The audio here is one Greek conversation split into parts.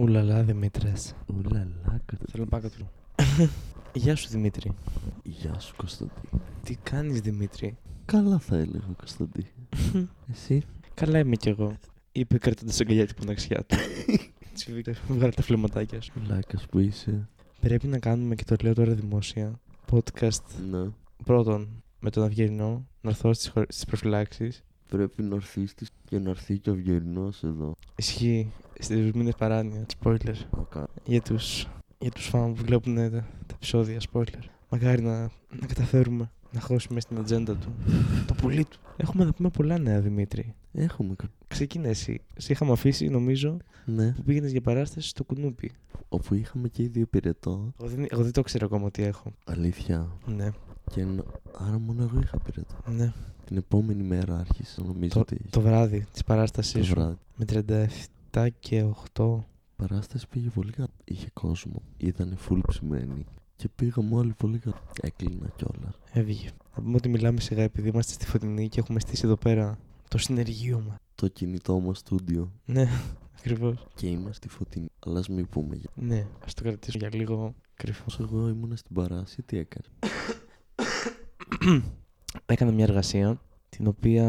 Ουλαλά Δημήτρες. Ουλαλά, κατά... Θέλω να πάω κάτω. Γεια σου Δημήτρη. Γεια σου, Κωνσταντή. Τι κάνεις Δημήτρη. Καλά θα έλεγα, Κωνσταντή. Hm. Εσύ. Καλά είμαι κι εγώ. Είπε κρατώντας αγκαλιά την ποναξιά του. Τσιβίτα, βγάλε τα φλεματάκια σου. Λάκα που είσαι. Πρέπει να κάνουμε και το λέω τώρα δημόσια. Podcast Να. πρώτον με τον Αυγερινό να έρθω στις προφυλάξεις. Πρέπει να έρθεις της και να έρθει και ο Αυγερινός εδώ. Ισχύει στις μήνες παράνοια. Spoiler. Μακά- Για τους για τους φαν που βλέπουν ε, τα, τα επεισόδια. Spoiler. Μακάρι να, να καταφέρουμε να χώσουμε στην ατζέντα του. Το πουλί του. Έχουμε να πούμε πολλά νέα Δημήτρη. Έχουμε κα... Ξεκινά εσύ. Σε είχαμε αφήσει, νομίζω, Ναι. που πήγαινες για παράσταση στο κουνούπι. Όπου είχαμε και ίδιο πυρετό. Εγώ δεν, εγώ δεν το ξέρω ακόμα τι έχω. Αλήθεια. Ναι, Και ν- άρα μόνο εγώ είχα πυρετό. ναι. Την επόμενη μέρα άρχισα νομίζω ότι είχε. Το βράδυ της παράσταση Το σου. βράδυ. Με 37 και 8. Η παράσταση πήγε πολύ καλά. Είχε κόσμο. Ήτανε full ψημένη. Και πήγαμε όλοι πολύ καλά. Έκλεινα κιόλας. Έβγε. Να πούμε ότι μιλάμε σιγά επειδή είμαστε στη φωτεινή και έχουμε στήσει εδώ πέρα το συνεργείο μας. Το κινητό μας στούντιο. Ναι, ακριβώς. Και είμαστε φωτεινοί. Αλλά ας μην πούμε για Ναι, ας το κρατήσουμε για λίγο κρυφό. Όσο εγώ ήμουν στην παράση, τι έκανε. Έκανα μια εργασία την οποία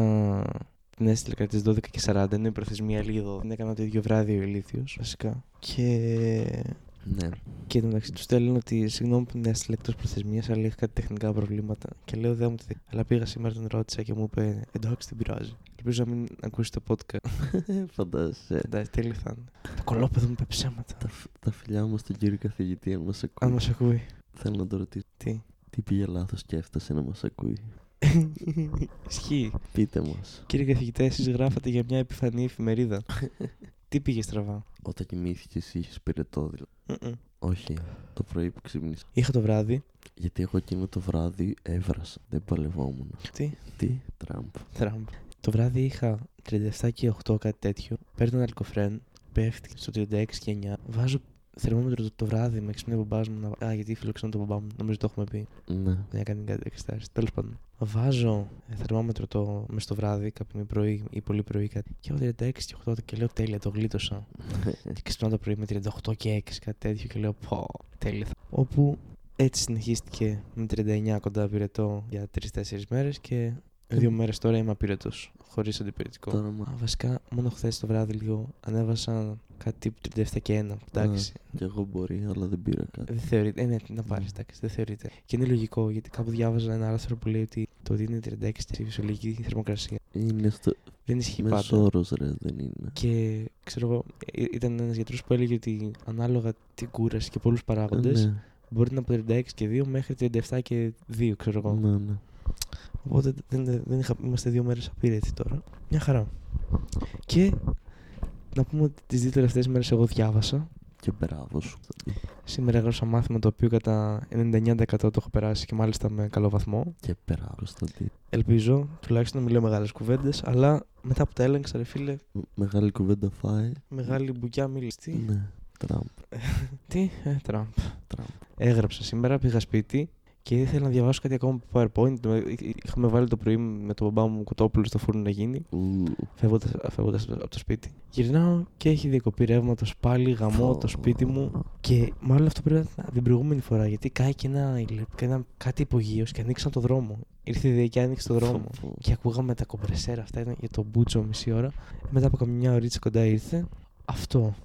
την έστειλε κατά τι 12 και 40. Είναι η προθεσμία λίγο. Την έκανα το ίδιο βράδυ ο ηλίθιος, βασικά. Και Ναι. Και εν τω μεταξύ τους στέλνω ότι συγγνώμη που την έστειλε εκτός προθεσμίας, αλλά είχα κάτι τεχνικά προβλήματα. Και λέω δεν μου τη. Αλλά πήγα σήμερα τον ρώτησα και μου είπε εντάξει δεν πειράζει. Ελπίζω να μην ακούσει το podcast. Ε, Φαντάζεσαι. Εντάξει, τέλειο θα είναι. Το κολόπεδο μου είπε ψέματα. Τα, φ- τα φιλιά μου στον κύριο καθηγητή, αν μας Αν ακούει. μας ακούει. Θέλω να το ρωτήσω. Τι. Τι πήγε λάθος και έφτασε να μας ακούει. Ισχύει. Πείτε μας. Κύριε καθηγητέ, εσείς γράφατε για μια επιφανή εφημερίδα. Τι πήγε στραβά. Όταν κοιμήθηκε, είχες πυρετό, δηλαδή. Μμμ. Όχι, το πρωί που ξύπνησα. Είχα το βράδυ. Γιατί εγώ εκείνο το βράδυ έβρασα. Δεν παλευόμουν. Τι. Τι, Τραμπ. Τραμπ. Το βράδυ είχα 37 και 8 κάτι τέτοιο. Παίρνω ένα αλκοφρέν, πέφτει στο 36 και 9. Βάζω θερμόμετρο το, το βράδυ, με ξυπνάει ο μπαμπάς μου. Να... Α, γιατί φιλοξενώ τον μπαμπά μου, νομίζω το έχουμε πει. Ναι. Να κάνει κάτι εξετάσεις. Τέλος πάντων. Βάζω ε, θερμόμετρο το μες το βράδυ, κάποια πρωί ή πολύ πρωί κάτι. Και έχω 36 και 8 και λέω τέλεια, το γλίτωσα. Και ξυπνάω το πρωί με 38 και 6 κάτι τέτοιο και λέω πω, τέλεια. Όπου έτσι συνεχίστηκε με 39 κοντά πυρετό για 3-4 μέρες και δύο μέρες τώρα είμαι απειρετός, χωρίς αντιπυρετικό. Τώρα μα. Α, βασικά, μόνο χθες το βράδυ λίγο ανέβασα κάτι τύπου 37 και 1. Εντάξει. Κι εγώ μπορεί, αλλά δεν πήρα κάτι. Δεν θεωρείται. Ε, ναι, να πάρεις, εντάξει, δεν θεωρείται. Και είναι λογικό γιατί κάπου διάβαζα ένα άρθρο που λέει ότι το ότι είναι 36 στη φυσιολογική θερμοκρασία Είναι στο. δεν ισχύει πάντα. Μεσόρος, ρε, δεν είναι. Και ξέρω εγώ, ε, ήταν ένας γιατρός που έλεγε ότι ανάλογα την κούραση και πολλούς παράγοντες Ναι, μπορεί να από 36 και 2 μέχρι 37 και 2, ξέρω εγώ. ναι, ναι. Οπότε δεν, δεν είχα, είμαστε δύο μέρες απείρετοι τώρα. Μια χαρά. Και να πούμε ότι τις δύο τελευταίες μέρες εγώ διάβασα. Και μπράβο σου. Σήμερα έγραψα μάθημα το οποίο κατά 99% το έχω περάσει και μάλιστα με καλό βαθμό. Και μπράβο, Κωνσταντίν. Ελπίζω τουλάχιστον να μιλάω μεγάλες κουβέντες, αλλά μετά που τα έλεγξα, ρε φίλε, Μ- Μεγάλη κουβέντα φάει. μεγάλη μπουκιά μίληστη. Ναι, Τραμπ. Τι, ε, τραμ. Τραμπ. Έγραψα σήμερα, πήγα σπίτι και ήθελα να διαβάσω κάτι ακόμα από PowerPoint. Είχαμε βάλει το πρωί με τον μπαμπά μου κοτόπουλο στο φούρνο να γίνει, Ου, φεύγοντας από το σπίτι. Γυρνάω και έχει διακοπεί ρεύματος πάλι, γαμώ το σπίτι μου. Και μάλλον αυτό πρέπει να ήταν από την προηγούμενη φορά γιατί κάηκε ένα, ηλε- και ένα- κάτι υπογείως και ανοίξαν το δρόμο. Ήρθε η ΔΕΗ και άνοιξε το δρόμο. Φοβό. Και ακούγαμε τα κομπρεσέρα αυτά ήταν για τον Μπούτσο μισή ώρα. Μετά από καμιά ωρίτσα κοντά ήρθε. Αυτό.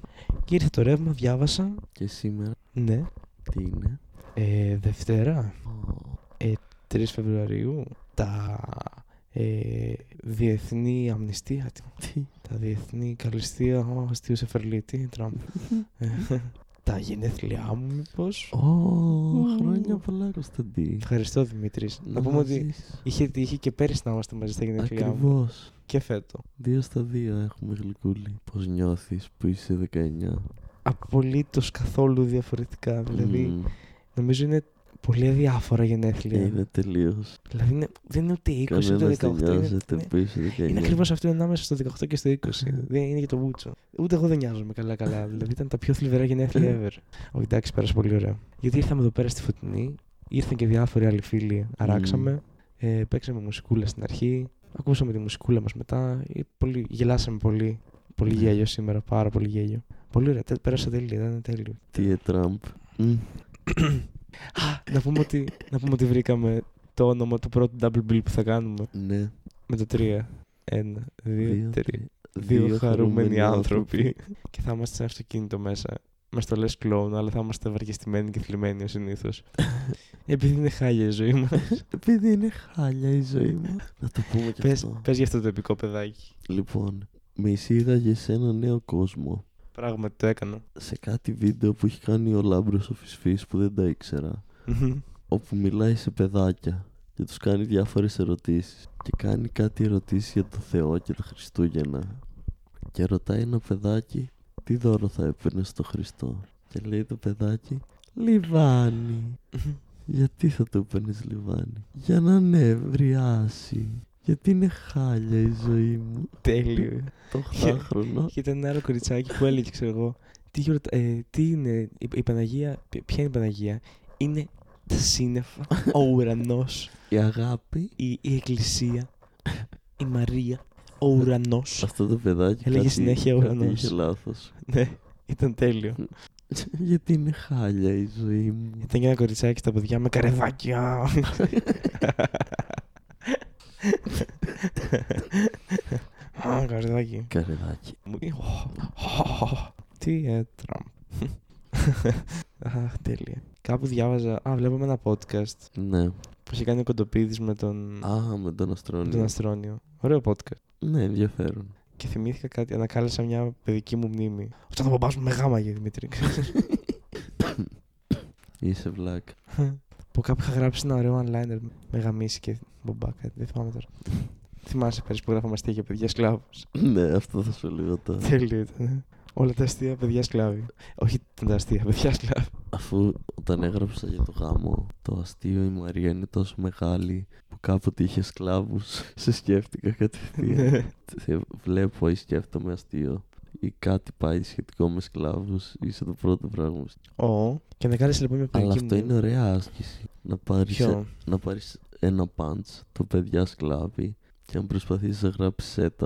Και ήρθε το ρεύμα, διάβασα. Και σήμερα Ναι. τι είναι. Ε, Δευτέρα, Ω, 3 Φεβρουαρίου, τα ε, διεθνή αμνηστία, τι- Τι. τα διεθνή καλυστία, ο αστείος Σεφερλίτη, Τραμπ. Ε, τα γενέθλιά μου, μήπως. Ω, χρόνια πολλά, Κωνσταντί. Ευχαριστώ Δημήτρης. Να πούμε ότι είχε τύχει και πέρυσι να είμαστε μαζί στα γενέθλιά μου. Ακριβώς. Και φέτο. Δύο στα δύο έχουμε γλυκούλη. Πώς νιώθεις που είσαι 19. Απολύτως καθόλου διαφορετικά. Δηλαδή, Μμμ. Ε, νομίζω είναι πολύ αδιάφορα γενέθλια. είναι τελείως. Δηλαδή, είναι, δεν είναι ούτε 20 Κανένα ούτε δεν 18. Είναι, νοιάζεται Ε. είναι- που είσαι 19. είναι ακριβώς αυτό ανάμεσα στο 18 και στο 20. δεν είναι για το Μπούτσο. Ούτε εγώ δεν νοιάζομαι καλά-καλά. δηλαδή, ήταν τα πιο θλιβερά Ε. γενέθλια ever. Όχι, εντάξει, πέρασε πολύ ωραία. Γιατί ήρθαμε εδώ πέρα στη φωτεινή, ήρθαν και διάφοροι άλλοι φίλοι, αράξαμε. Ε, παίξαμε μουσικούλα στην αρχή. Ακούσαμε τη μουσικούλα μας μετά. Ε, πολύ, γελάσαμε πολύ. Πολύ Ναι. γέλιο σήμερα, πάρα πολύ γέλιο. Πολύ ωραία. Τε- Πέρασα τέλεια. Ήταν τέλειο. Τι ε, Τραμπ. Μμ. Α, να, πούμε ότι, να πούμε ότι βρήκαμε το όνομα του πρώτου double bill που θα κάνουμε Ναι. με το 3. Ένα, δύο, τρία. Δύο, τρία. Δύο χαρούμενοι άνθρωποι. και θα είμαστε σε ένα αυτοκίνητο μέσα. Μας το λες κλόουν, αλλά θα είμαστε βαριεστημένοι και θλιμμένοι ο συνήθως. Επειδή είναι χάλια η ζωή μας. Επειδή είναι χάλια η ζωή μου. Να το πούμε και πες, αυτό. πες για αυτό το επικό παιδάκι. Λοιπόν, με εισήγαγες σε ένα νέο κόσμο. Πράγματι το έκανα. Σε κάτι βίντεο που έχει κάνει ο Λάμπρος ο Φυσφής που δεν τα ήξερα. Όπου μιλάει σε παιδάκια και τους κάνει διάφορες ερωτήσεις. Και κάνει κάτι ερωτήσεις για το Θεό και τα Χριστούγεννα. Και ρωτάει ένα παιδάκι τι δώρο θα έπαιρνες στο Χριστό. Και λέει το παιδάκι λιβάνι. Γιατί θα το έπαιρνες λιβάνι, Για να νευριάσει. Γιατί είναι χάλια η ζωή μου. Τέλειο. Το χρόνο. Και ήταν ένα άλλο κοριτσάκι που έλεγε, ξέρω εγώ, τι, γιορτα- ε, τι είναι η, η Παναγία, ποι- ποια είναι η Παναγία, είναι τα σύννεφα, ο ουρανός, Η αγάπη. η, η εκκλησία, η Μαρία, ο ουρανός. Αυτό το παιδάκι. Έλεγε κάτι- συνέχεια κάτι ουρανός. Είχε λάθος. ναι, ήταν τέλειο. Γιατί είναι χάλια η ζωή μου. Ήταν και ένα κοριτσάκι στα παιδιά με καρεδάκια. Α, καρεδάκι. Καρεδάκι. Μου- Τι έτραμ. Αχ, τέλεια. Κάπου διάβαζα. Α, βλέπαμε ένα podcast Ναι. που είχε κάνει ο Κοντοπίδης με τον, Α, ναι. με τον με τον Αστρόνιο. Αστρόνιο. Ωραίο podcast. Ναι, ενδιαφέρον. Και θυμήθηκα κάτι, ανακάλεσα μια παιδική μου μνήμη. Όταν θα μπαμπάς μου με γάμα για Δημήτρη. Είσαι βλάκ. που κάπου είχα γράψει ένα ωραίο one-liner με γαμίση και μπομπά, κάτι. Δεν θυμάμαι τώρα. Θυμάσαι πέρυσι που γράφαμε αστεία για παιδιά σκλάβου. ναι, αυτό θα σου λέω τώρα. Τέλειο ήταν. Όλα τα αστεία παιδιά σκλάβοι. Όχι τα αστεία παιδιά σκλάβοι. Αφού όταν έγραψα για το γάμο, το αστείο η Μαρία είναι τόσο μεγάλη που κάποτε είχε σκλάβους. Σε σκέφτηκα κατευθείαν. Ναι. Θε- βλέπω ή σκέφτομαι αστείο ή κάτι πάει σχετικό με σκλάβους είσαι το πρώτο πράγμα. που σκέφτομαι. Ω, Και ανακάλεσα λοιπόν μια Αλλά παιδική αυτό μου. είναι ωραία άσκηση. Να πάρεις, ε- Ποιο? να πάρεις ένα punch το παιδιά σκλάβι και αν προσπαθήσεις να γράψεις setup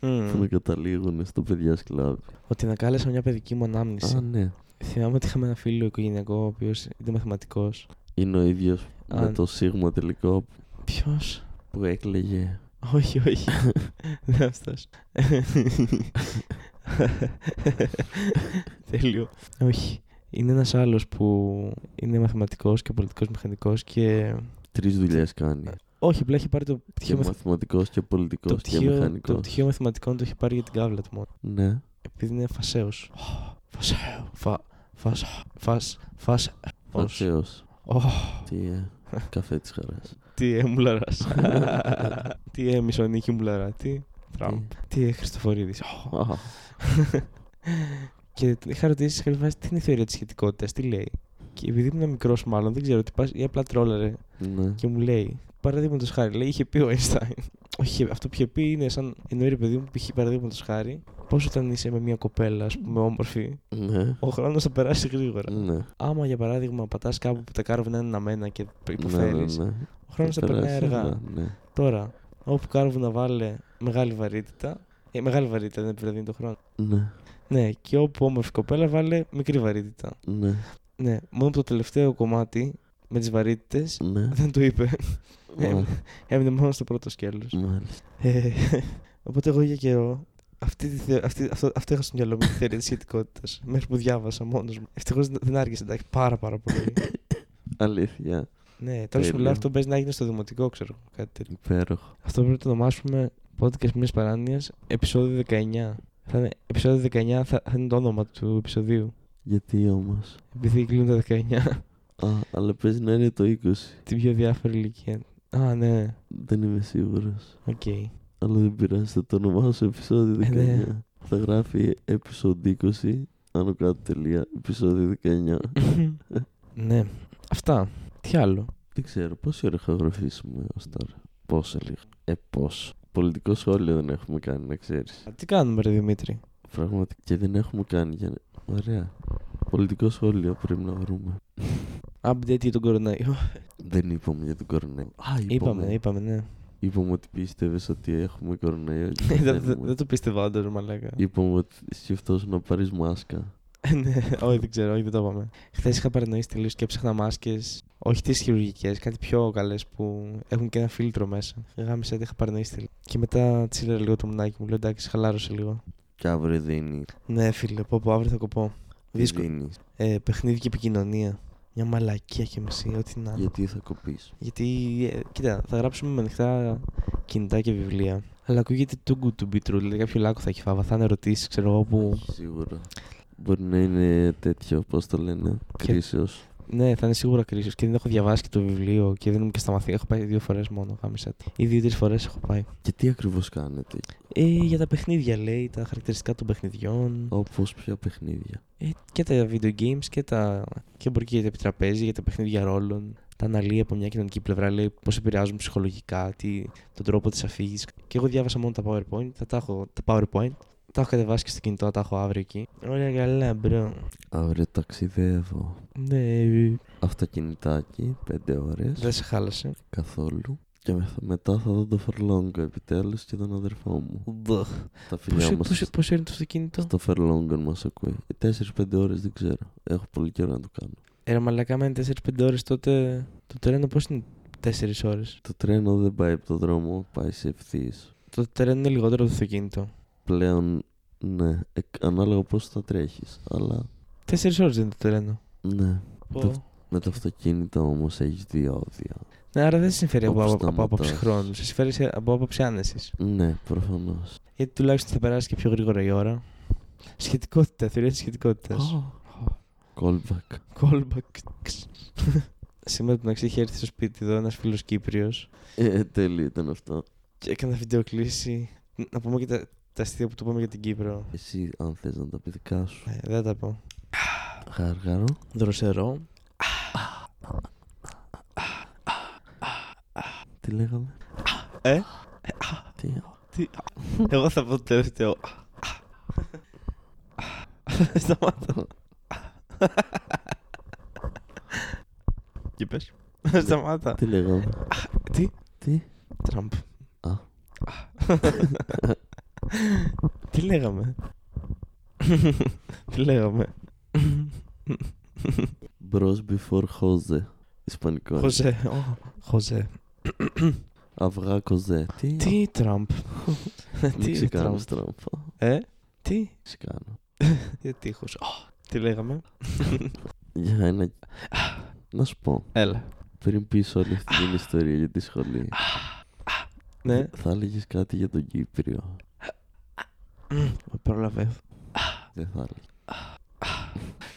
που να Mm. καταλήγουν στο παιδιά σκλάβι. Ότι ανακάλεσα μια παιδική μου ανάμνηση. Α, ναι. Θυμάμαι ότι είχαμε ένα φίλο οικογενειακό, ο οποίος ήταν μαθηματικός. Είναι ο ίδιος Α. ναι. με το σίγμα τελικό Ποιος. που έκλαιγε. Όχι, όχι. Δεν είναι αυτό. Τέλειο. Όχι. Είναι ένας άλλος που είναι μαθηματικός και πολιτικός μηχανικός και. Τρεις δουλειές κάνει. Όχι, απλά έχει πάρει το πτυχίο, Και μαθ... μαθηματικός και Ε, το, πολιτικός και πτυχίο, το μηχανικός. πτυχίο μαθηματικών το έχει πάρει για την κάβλα του μόνο. Ναι. Επειδή είναι φασαίος. Φασαίο. Φα. Φασ. Φασ. Φασ. Φασέως. Ωχ. Τι ε. Καφέ της χαράς. Τι ε, μουλαράς. τι ε, μισονίκη μουλαρά. Τι. Τραμπ. Τι. Τι ε, Χριστοφορίδης. Α. και είχα ρωτήσει σε κάποια φάση τι είναι η θεωρία της σχετικότητας, τι λέει. Και επειδή ήμουν μικρός, μάλλον δεν ξέρω τι πα, ή απλά τρόλαρε Ναι. και μου λέει. Παραδείγματος χάρη, λέει, είχε πει ο Einstein. Όχι, αυτό που είχε πει είναι σαν. Εννοεί ρε παιδί μου, π.χ. παραδείγματος χάρη, πώς όταν είσαι με μια κοπέλα, ας πούμε, όμορφη, Ναι. ο χρόνος θα περάσει γρήγορα. Ναι. Άμα για παράδειγμα πατάς κάπου που τα κάρβουνα είναι αναμένα και υποφέρεις, Ναι, ναι, ναι. ο χρόνος θα περνάει περάσει, αργά. ναι, ναι. Τώρα, όπου κάρβουνα βάλε μεγάλη βαρύτητα. Ε, μεγάλη βαρύτητα δεν επιβραδύνει το χρόνο. Ναι, Ναι, και όπου όμορφη κοπέλα βάλε μικρή βαρύτητα. ναι, Ναι, μόνο που το τελευταίο κομμάτι με τις βαρύτητες ναι. δεν το είπε. Μα- Έμεινε μόνο στο πρώτο σκέλος. Μάλιστα. Ε, οπότε εγώ για καιρό αυτή τη θεω- αυτή, αυτό, αυτό είχα στο μυαλό μου τη θεωρία της σχετικότητας. Μέχρι που διάβασα μόνος μου. Ευτυχώς δεν άργησε εντάξει πάρα, πάρα πολύ. Αλήθεια. ναι, τώρα σου Τέλεια. μιλάω αυτό παίζει να έγινε στο δημοτικό, ξέρω εγώ, κάτι τέτοιο. Υπέροχο. Αυτό πρέπει να το ονομάσουμε podcast μιας παράνοιας, επεισόδιο 19. Θα είναι, επεισόδιο 19 θα, θα είναι το όνομα του επεισοδίου. Γιατί όμως Επειδή κλείνουν τα 19, Α, αλλά παίζει να είναι το 20. την πιο διάφορη ηλικία. Α, ναι, Δεν είμαι σίγουρος οκ. Αλλά δεν πειράζει, θα το ονομάσω επεισόδιο Ε, 19. ναι. Θα γράφει episode 20, άνω κάτω τελεία, επεισόδιο 19. ναι, αυτά. Τι άλλο. δεν ξέρω, πόση ώρα είχα γραφήσουμε ως τώρα. Πόσα λίγα. Ε, πόσο. Πολιτικό σχόλιο δεν έχουμε κάνει, να ξέρεις. Α, Τι κάνουμε, ρε Δημήτρη. Πραγματικά. Και δεν έχουμε κάνει για... Ωραία. Πολιτικό σχόλιο πρέπει να βρούμε. Update για τον κορονοϊό. Δεν είπαμε για τον κορονοϊό. Α, είπαμε. Είπαμε, είπαμε, ναι. Είπαμε ότι πίστευες ότι έχουμε κορονοϊό. και Δεν- Δεν πεθαίνουμε. δεν το πίστευα όντως, μαλάκα. Είπαμε ότι σκεφτόσουν να πάρεις μάσκα. Ναι, όχι, δεν ξέρω, όχι, δεν το είπαμε. Χθες είχα παρανοήσει τελείως και έψαχνα μάσκες. Όχι τις χειρουργικές, κάτι πιο καλές που έχουν και ένα φίλτρο μέσα. Γάμισα, είχα παρανοήσει τελείως. Και μετά τσίλερα λίγο το μουνάκι μου, λέω εντάξει, χαλάρωσε λίγο. Και αύριο δίνει. Ναι, φίλε, πω, πω αύριο θα κοπώ. Δύσκολο. Δίνει. Ε, παιχνίδι και επικοινωνία. Μια μαλακία και μισή, ό,τι να. είναι. Γιατί θα κοπείς. Γιατί, ε, κοίτα, θα γράψουμε με ανοιχτά κινητά και βιβλία. Αλλά ακούγεται too good to be true, δηλαδή κάποιο λάκκο θα έχει φάβα. Θα είναι ερωτήσεις, ξέρω εγώ που. Σίγουρα. Μπορεί να είναι τέτοιο, πώς το λένε, κρίσεως. Ναι, θα είναι σίγουρα κρίσιμος και δεν έχω διαβάσει και το βιβλίο και δεν είμαι και στα μαθήματα. Έχω πάει δύο φορές μόνο, γάμισα. τη. Ή δύο-τρει φορές έχω πάει. Και τι ακριβώς κάνετε, Ε, για τα παιχνίδια λέει, τα χαρακτηριστικά των παιχνιδιών. όπως ποια παιχνίδια. Ε, και τα video games και τα. και μπορεί και για τα επιτραπέζια, για τα παιχνίδια ρόλων. Τα αναλύει από μια κοινωνική πλευρά, λέει πώς επηρεάζουν ψυχολογικά, τι, τον τρόπο της αφήγησης. Και εγώ διάβασα μόνο τα PowerPoint, θα τα έχω, τα PowerPoint. Τα έχω κατεβάσει και στο κινητό, τα έχω αύριο εκεί. Ωραία, καλά, μπρο. Αύριο ταξιδεύω. Ναι, Αυτοκινητάκι, 5 ώρες. δεν σε χάλασε. Καθόλου. Και μεθα- μετά θα δω το Φερλόγκο επιτέλους και τον αδερφό μου. Τα φιλιά μας. Πώς είναι το αυτοκίνητο. Στο Φερλόγκο μας ακούει. 4-5 ώρες δεν ξέρω. Έχω πολύ καιρό να το κάνω. Ε, ρε μαλακά, με 4-5 ώρες τότε. Το τρένο πώς είναι 4 ώρες. Το τρένο δεν πάει από το δρόμο, πάει σε ευθείε. Το τρένο είναι λιγότερο από το αυτοκίνητο. Πλέον, ναι, εκ- ανάλογα πώς θα τρέχεις. Αλλά 4 ώρες δεν είναι το τρένο. ναι. Το- Πω. Με το αυτοκίνητο όμως έχεις διόδια. Ναι, άρα δεν σε συμφέρει από, Όπως από, από σταματάς. άποψη χρόνου. Σε συμφέρει σε- από άποψη άνεσης. Ναι, προφανώς. Γιατί τουλάχιστον θα περάσει και πιο γρήγορα η ώρα. Σχετικότητα, θεωρία τη σχετικότητας. Callback. Callback. Σήμερα την αξία είχε έρθει στο σπίτι εδώ ένας φίλος Κύπριος Ε, τέλειο ήταν αυτό. και έκανα βιντεοκλήση. Να πούμε και τα, τα αστεία που του είπαμε για την Κύπρο. Εσύ, αν θες να τα πει δικά σου. Ε, δεν θα τα πω. Γαργαρό. Δροσερό. Τι λέγαμε. Ε. Τι. Εγώ θα πω το τελευταίο. Σταμάτα. Και πες. Σταμάτα. Τι λέγαμε. Τι. Τι. Τραμπ. Α. Τι λέγαμε. Τι λέγαμε. Bros before Jose. Ισπανικό. Χωζέ. Ω, Χωζέ. Αυγά Κοζέ. Τι. Τι Τραμπ. Μην Τι Τραμπ. ξεκάνω στραμπ. Ε. Τι. Ξεκάνω. Τι τείχος. Ω, Τι λέγαμε. Για ένα. Να σου πω. Έλα. Πριν πεις όλη αυτή την ιστορία για τη σχολή. Ναι. Θα έλεγες κάτι για τον Κύπριο. Πρόλαβε. Δεν θα έλεγε.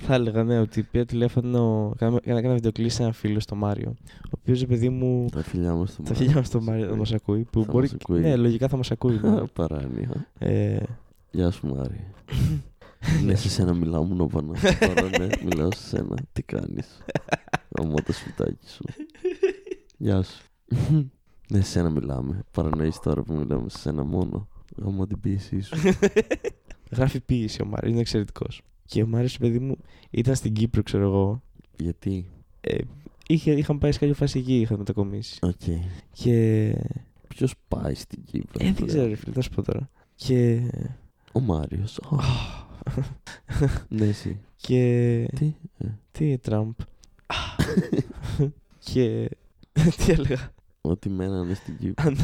Θα έλεγα, ναι, ότι πήρα τηλέφωνο. Κάναμε έκανα- έκανα βιντεοκλήση σε έναν φίλο, στο Μάριο. Ο οποίος, ρε παιδί μου. Τα φιλιά μας στο Τα φιλιά μας στο Μάριο θα μας ακούει. Που Θα μπορεί... μας Ναι, ακούει. Ναι, λογικά θα μας ακούει. ναι. Α, Παράνοια. ε, Γεια σου Μάρη. Ναι, σε σένα μιλάω μου να πάνω. Τώρα ναι, μιλάω σε σένα. Τι κάνεις. Αμό το σπιτάκι σου. Γεια σου. Ναι, σε σένα μιλάμε. Παρανοείς τώρα που μιλάμε σε σένα μόνο. Αμό την πίεσή σου. γράφει ποιήση ο Μάριος, είναι εξαιρετικός. Και ο Μάριος, παιδί μου, ήταν στην Κύπρο, ξέρω εγώ. Γιατί. Ε, είχε, είχαν πάει σε κάποια φάση εκεί, είχαν μετακομίσει. Οκ. Και. Ποιος πάει στην Κύπρο. Ε, δεν πλέον? ξέρω, ρε φίλε, θα σου πω τώρα. Και. Ο Μάριος. Ω, Ναι, εσύ. και. Τι. ε, Τι, Τραμπ. και. τι έλεγα. Ότι μένανε στην Κύπρο. Αν-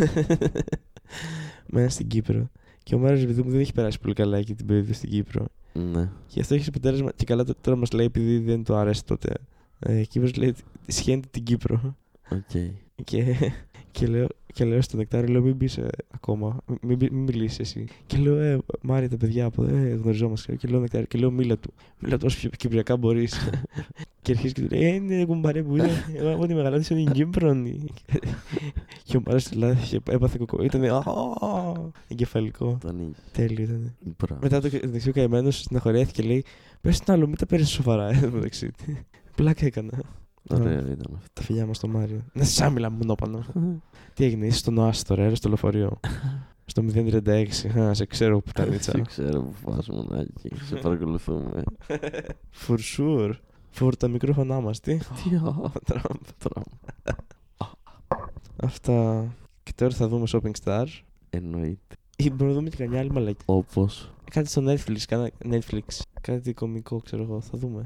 Μένα στην Κύπρο. Και ο Μάριος παιδί μου δεν έχει περάσει πολύ καλά εκεί την περίοδο στην Κύπρο. Ναι. Και αυτό έχει σε αποτέλεσμα. Και καλά τώρα μας λέει, επειδή δεν το αρέσει τότε. Ε, Κύπρος λέει, σχένεται την Κύπρο. Οκ. Και, και, λέω, και λέω στον νεκτάριο, λέω, μην μπεις ακόμα. Μην, μην, μιλήσεις εσύ. Και λέω, Ε, Μάρια, τα παιδιά από εδώ, ε, γνωριζόμαστε. Και λέω, νεκτάριο, και λέω, μίλα του. Μίλα του όσο πιο κυπριακά μπορείς. και αρχίζεις και του λέει, Ε, είναι κουμπαρέ που είναι. Ε, Εγώ από τη μεγαλάτη σου είναι Κύπρονη. και ο Μάρια του λέει, έπαθε κοκό. Ήταν εγκεφαλικό. Το ανοίγεις. Τέλειο ήταν. Μπράβο. Μετά το μεταξύ ο καημένος συναχωρέθηκε και λέει: Πες τον άλλο, μην τα παίρνεις σοβαρά. Ε, μεταξύ. Πλάκα έκανα. Ωραίο ήταν αυτό. Τα φιλιά μα στο Μάριο. Να σε άμυλα μονόπανο. Τι έγινε, είσαι στον Οάση τώρα, έρω στο λεωφορείο. στο 036, α, σε ξέρω που τα Σε ξέρω που πας μονάκι. Σε παρακολουθούμε. For sure. For τα μικρόφωνά μας, τι. Τι α, Τραμπ. Τραμπ. Αυτά. Και Τώρα θα δούμε Shopping Star. Εννοείται. Ή μπορούμε να δούμε και κανένα άλλη μαλακή. Όπως. Κάτι στο Netflix, κάνα Netflix. Κάτι κωμικό, ξέρω εγώ. Θα δούμε.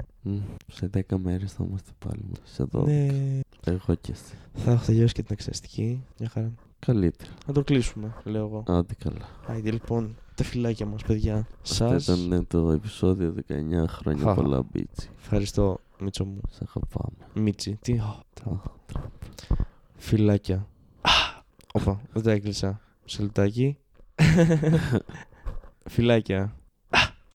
Σε 10 μέρες θα είμαστε πάλι μαζί. Σε 12. Ναι. Εγώ και εσύ. Θα έχω τελειώσει και την εξεταστική. Μια χαρά. Καλύτερα. Να το κλείσουμε, λέω εγώ. Άντε καλά. Άιντε λοιπόν, τα φιλάκια μας παιδιά. Σας Αυτό ήταν το επεισόδιο 19 χρόνια Χα. πολλά μπίτσι. ευχαριστώ Μίτσο μου. Σ' αγαπάμε. Μίτσι, τι... Ω, τρα- Αχ, τρα- Φιλάκια. Α, Όπα, δεν τα έκλεισα. Σε λεπτάκι. φιλάκια.